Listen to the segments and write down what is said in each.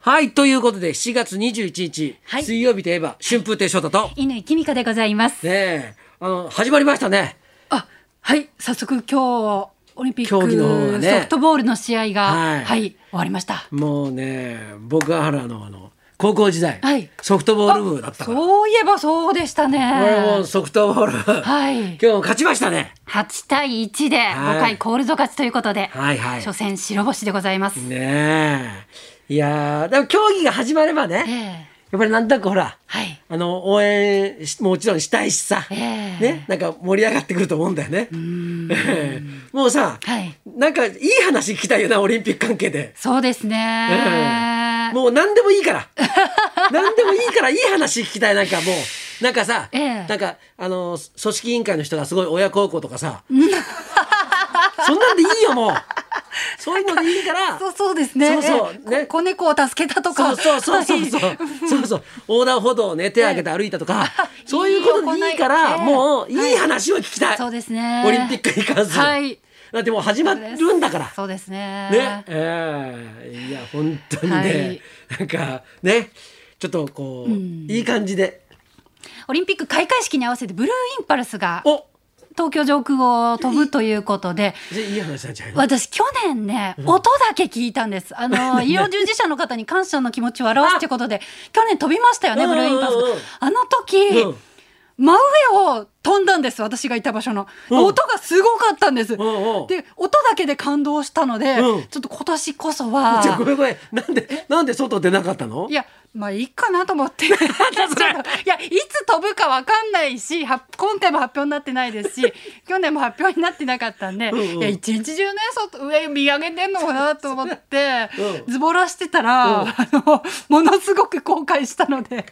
はい、ということで、7月21日、はい水曜日といえば、春風亭昇太と、乾きみかでございます。ねえ、あの、始まりましたね。あ、はい、早速今日オリンピッ競技の方がク、ねソフトボールの試合が、ははいい、終わりました。もうね、僕は原の、あの、高校時代、はいソフトボール部だったから。こそういえばそうでしたれもね。ソフトボール、はい今日も勝ちましたね。 8対1ではい5回コールド勝ちということで、はいはい初戦白星でございます。ねえ。いやー、でも競技が始まればえね、えやっぱりなんとなくほら、はい。あの、応援しもちろんしたいしさ、ええね、なんか盛り上がってくると思うんだよね。 もうさ、はい。なんかいい話聞きたいよな、オリンピック関係で。そうですね。もう何でもいいから。 何でもいいからいい話聞きたい。なんかもう、なんかさ、ええなんか、あの、組織委員会の人がすごい親孝行とかさ。 そんなんでいいよ、もう。そういうのでいいから。 そうそうですね。そうそうええねこ子猫を助けたとそか。うそうそうそうそう。はいそうそう。横断歩道をね、手を挙げて歩いたとか、そういうことでいいから、いい行いええもういい話を聞きたい。そうですね。オリンピックに関する。はい。だってもう始まるんだから。そうですね。ね、えーいや本当にね、はいなんかねちょっとこう、うんいい感じでオリンピック開会式に合わせてブルーインパルスがお東京上空を飛ぶということで。でいい話になっちゃうよ私去年ね、音だけ聞いたんです あの医療従事者の方に感謝の気持ちを表すということで去年飛びましたよねうんうブんルうんーインパルスがあの時、うん真上を飛んだんです私がいた場所の、うん音がすごかったんです、んうんで音だけで感動したので、うんちょっと今年こそはじゃあごめんごめんなんでなんで外出なかったのいやまあいいかなと思って ちょっといやいつ飛ぶかわかんないしは今回も発表になってないです し去年も発表になってなかったんでうんうんいや一日中ね外上見上げてんのかなと思って、うんズボラしてたら、うんあのものすごく後悔した のでだっ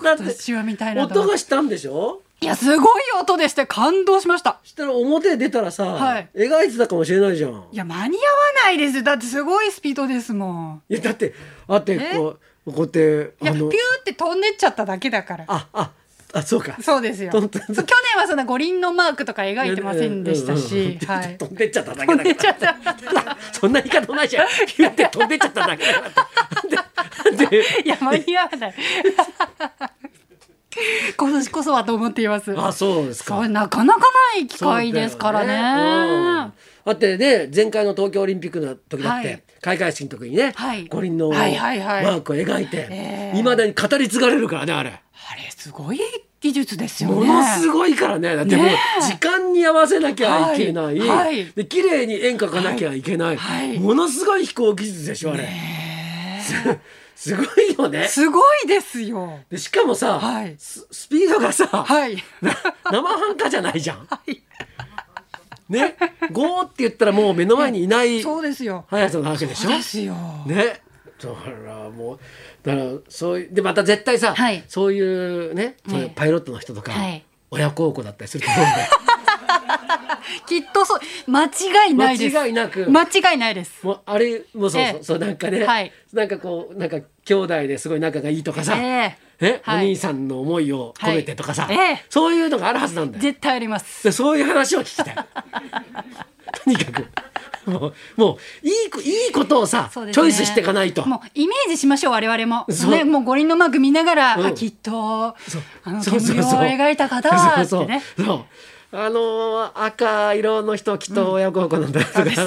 今て年はみたいなと音思ってがしたんでしょいやすごい音でして感動しました。したら表出たらさ、はい描いてたかもしれないじゃんいや間に合わないですよだってすごいスピードですもん。いやだってあってこうこうやっていやあピューって飛んでっちゃっただけだから。あああそうかそうで すよ。飛んそうで去年はそんな五輪のマークとか描いてませんでしたし、うんうんうんはい。飛ん でっちゃっただけだ飛かんらでっちゃった。 そんな言い方ないじゃん。ピュって飛んでっちゃっただけだからって。で、 いや間に合わない。 今年こそはと思っています。あ、そうですそかう。なかなかない機会ですからそうだよねね。うんだってね、前回の東京オリンピックの時だっはてい、開会式の時にねは、い五輪のマはいはいはいークを描いてえ、えいまだに語り継がれるからね、あれ。あれすごい技術ですよね。ものすごいからね。だってもうねえ時間に合わせなきゃいけなはいはいい。で、綺麗に演歌がなきゃいけないはいは。いものすごい飛行技術でしょ、あれ。すすごいよね。すごいですよ。でしかもさ、はいススピードがさ、はい。な 生半可じゃないじゃん。ね、ゴーって言ったらもう目の前にいないそうですよ。速さなわけでしそょう。ですよ。ね。だからもうだからそういうでまた絶対さ、はいそういうね、そういうねパイロットの人とか、はい親孝行だったりすると思うんで。きっとそう間違いないです。間違いなく間違いないです。もうあれもそうそう,、ええそうなんかね、はいなんかこうなんか兄弟ですごい仲がいいとかさ、えねはおい兄さんの思いを込めてとかさ、はいええそういうのがあるはずなんだえよ。絶対あります。でそういう話を聞きたい。 とにかくもうもういいこいいことをさ、チそうですねョイスしていかないと。もうイメージしましょう我々もそうねもう五輪のマーク見ながら、うんあきっとあそうのそうそう煙をそう描いた方はっそうてねそうそうあのー赤色の人きっと親孝行なんだとか、なんか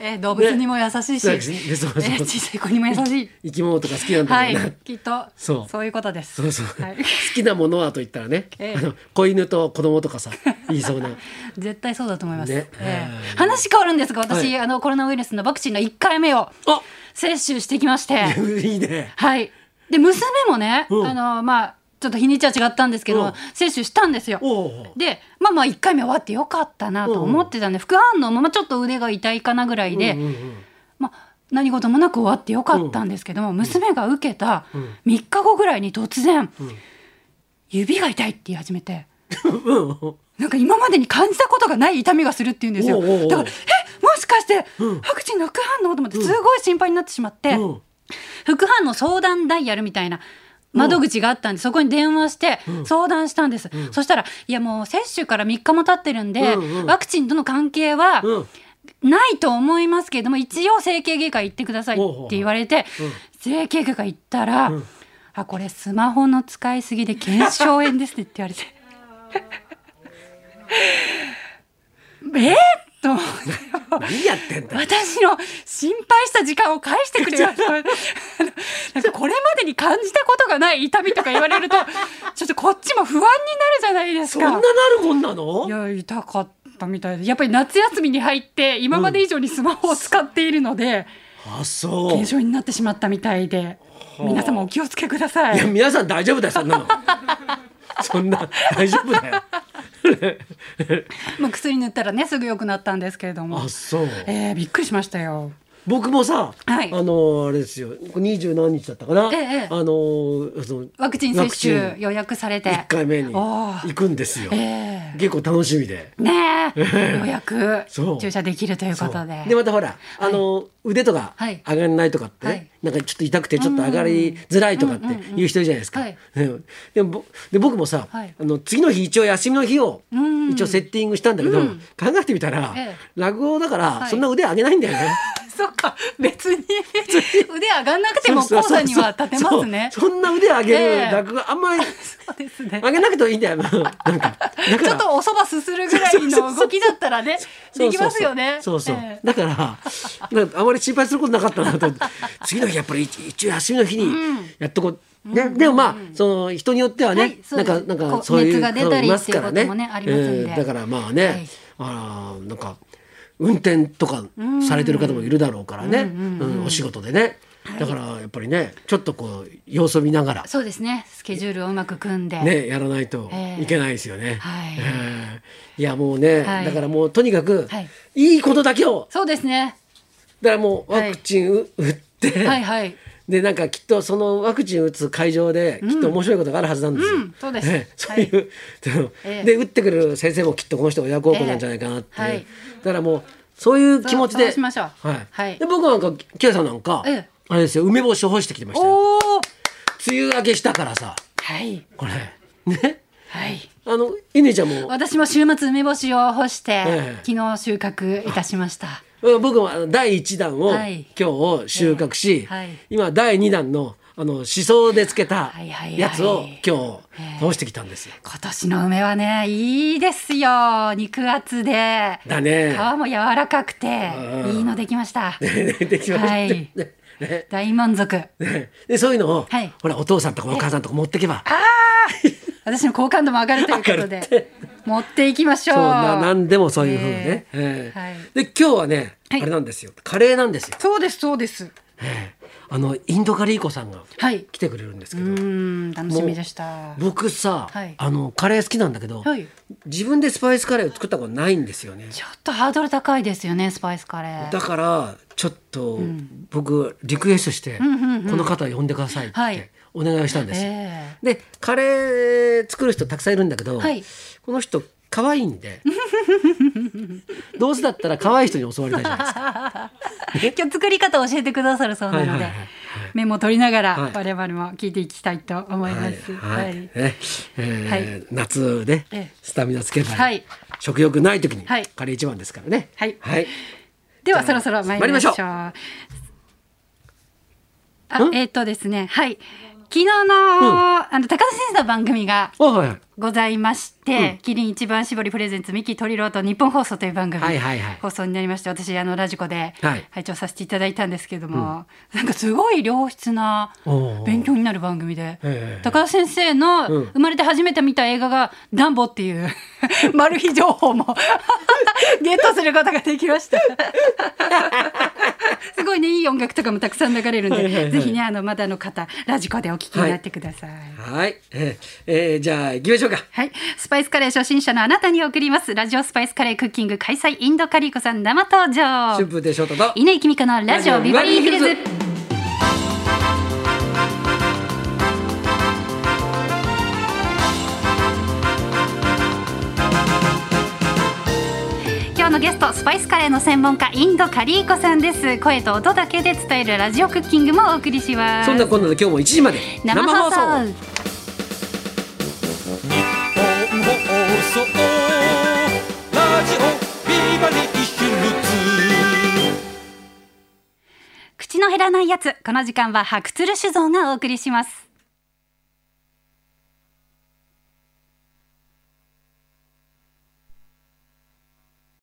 えー動物にも優しいし、ねえでそうそうそうー小さい子にも優しい生き物とか好きなんだはろうな。いきっとそういうことですそうそう、はい好きなものはと言ったらね、ええあの子犬と子供と かさ言いそうな絶対そうだと思います、ねえはーい話変わるんですが私、はいあのコロナウイルスのワクチンの1回目をあ接種してきまして いいねはいで娘もね、うんあのまあちょっと日にちは違ったんですけど、うん接種したんですよおおでまあまあ1回目終わってよかったなと思ってたんで、副反応もまあちょっと腕が痛いかなぐらいで、うんうんまあ、何事もなく終わってよかったんですけども、娘が受けた3日後ぐらいに突然、指が痛いって言い始めてうんうんなんか今までに感じたことがない痛みがするって言うんですよおうおうおうだからえもしかしてうんワクチンの副反応と思ってすごい心配になってしまって、うん副反応相談ダイヤルみたいな窓口があったんでそこに電話して相談したんです、そしたら「いやもう接種から3日も経ってるんで、うんうんワクチンとの関係はうんないと思いますけれども一応整形外科行ってくださいっほうほうほうて言われてうん整形外科行ったら、うんあこれスマホの使いすぎで腱鞘炎ですねって 言われてえっと思って何やってんだよ私の心配した時間を返してくれ よなんかこれまでに感じたことがない痛みとか言われるとちょっとこっちも不安になるじゃないですそんなかなる。もんなのいや痛かったみたいでやっぱり夏休みに入って今まで以上にスマホを使っているのであそう軽症になってしまったみたいであ皆様お気をつけくださいやい。皆さん大丈夫だよそんなの そんな大丈夫だよまあ、薬塗ったらねすぐ良くなったんですけれどもあ、そうえー、びっくりしましたよ。僕もさ、はいあのあれですよ二十何日だったかな、ええあのそのワクチンワ接クチン種予約されて1回目におー行くんですよえ結構楽しみで。えねえ予約そう注射できるということでそうでまたほら、あの腕とかはい上がらないとかってね、はいなんかちょっと痛くてちょっと上がりづらいとかっていう人いるじゃないですか、うんうんうんでもぼで僕もさ、はいあの次の日一応休みの日をうん一応セッティングしたんだけど、うん考えてみたら、ええ落語だからはいそんな腕上げないんだよ ね、そっか別に腕上がんなくてもそう高そう座には立てますねそうそんな腕上げえるえ落語、あんまりそうですね上げなくてもいいんだよなんかだからちょっとおそばすするぐらいの動きだったらねできますよねそうそうそうそうそうええだからなんかあまり心配することなかったなと思って 次の日やっぱり一一応休みの日にやっとこう、ねでもまあ、その人によってはね、はいそうなんですかなんこかうそういう熱が出たりいますからっていねうこともねありますんでだからまあね、はいあーなんか運転とかされてる方もいるだろうからね、うんお仕事でね、だからやっぱりねちょっとこう様子を見ながらそうですねスケジュールをうまく組んで、ね、やらないとええいけないですよね。はいええいやもうね、はいだからもうとにかく、はいい、いことだけをそうですねだからもうワクチンう、打って、はいはいでなんかきっとそのワクチン打つ会場できっと面白いことがあるはずなんですよ。うんそうですええそういう、でもええで打ってくれる先生もきっとこの人親孝行なんじゃないかなっていう、ええはいだからもうそういう気持ちそでうしましょうはいはいで僕なんかキアさんなんか、ええあれですよ梅干しを干してきてましたよ。おお梅雨明けしたからさはいこれねはいあの稲ちゃんも私も週末梅干しを干して、ええ昨日収穫いたしましたうん僕もあの第1弾を、はい今日収穫し、ええはい今第2弾のあのしそでつけたはいはいはいやつを今え日え倒してきたんですよ。今年の梅はねいいですよ肉厚でだね。皮も柔らかくてうんいいのできましたできました、はいねね大満足ねでそういうのを、はいほらお父さんとかお母さんとか持ってけば私の好感度も上がるということ 上がるで持っていきましょうそうな何でもそういうふうにね。えええはいで今日はね、はいあれなんですよカレーなんですよ。そうですそうですええあのインドカリーコさんがはい来てくれるんですけうど、ーん楽しみでした僕さ、はいあのカレー好きなんだけど、はい自分でスパイスカレーを作ったことないんですよね。ちょっとハードル高いですよねスパイスカレーだからちょっと僕リクエストしてこんうんうんの方呼んでくださいっはいてお願いをしたんですよ。えでカレー作る人たくさんいるんだけどはいこの人可愛いん でどうせだったら可愛い人に教わりたいじゃないですか。え今日作り方教えてくださるそうなはのいはでいはいはいメモ取りながはらい我々も聞いていきたいと思いますははいいねえー夏でええスタミナつけばはい食欲ない時にはいカレー一番ですからね。はいはいではそろそろ参りましょう。参りあんえっ、とですね、はい。昨日の、あの高田先生の番組がおはいはいございまして、キリン一番絞りプレゼンツミキトリローと日本放送という番組、はいはいはい放送になりまして、私あのラジコではい拝聴させていただいたんですけれども、なんかすごい良質なおー勉強になる番組で、ええ高田先生のうん生まれて初めて見た映画がダンボっていう マル秘情報も ゲットすることができました。 すごいねいい音楽とかもたくさん流れるんはで、いはいはいぜひねあのまだの方ラジコでお聞きになってください。はいえーえーじゃあ行きましょうか。はい。スパイスカレー初心者のあなたに送ります。ラジオスパイスカレークッキング開催インドカリーコさん生登場。春風亭昇太と稲井君香のラジオビバリーヒルズ。今日のゲストスパイスカレーの専門家インドカリーコさんです声と音だけで伝えるラジオクッキングもお送りしますそんなこんなで今日も1時まで生放送本放送ラジオビバリーヒルズ」らないやつこの時間は白鶴酒造がお送りします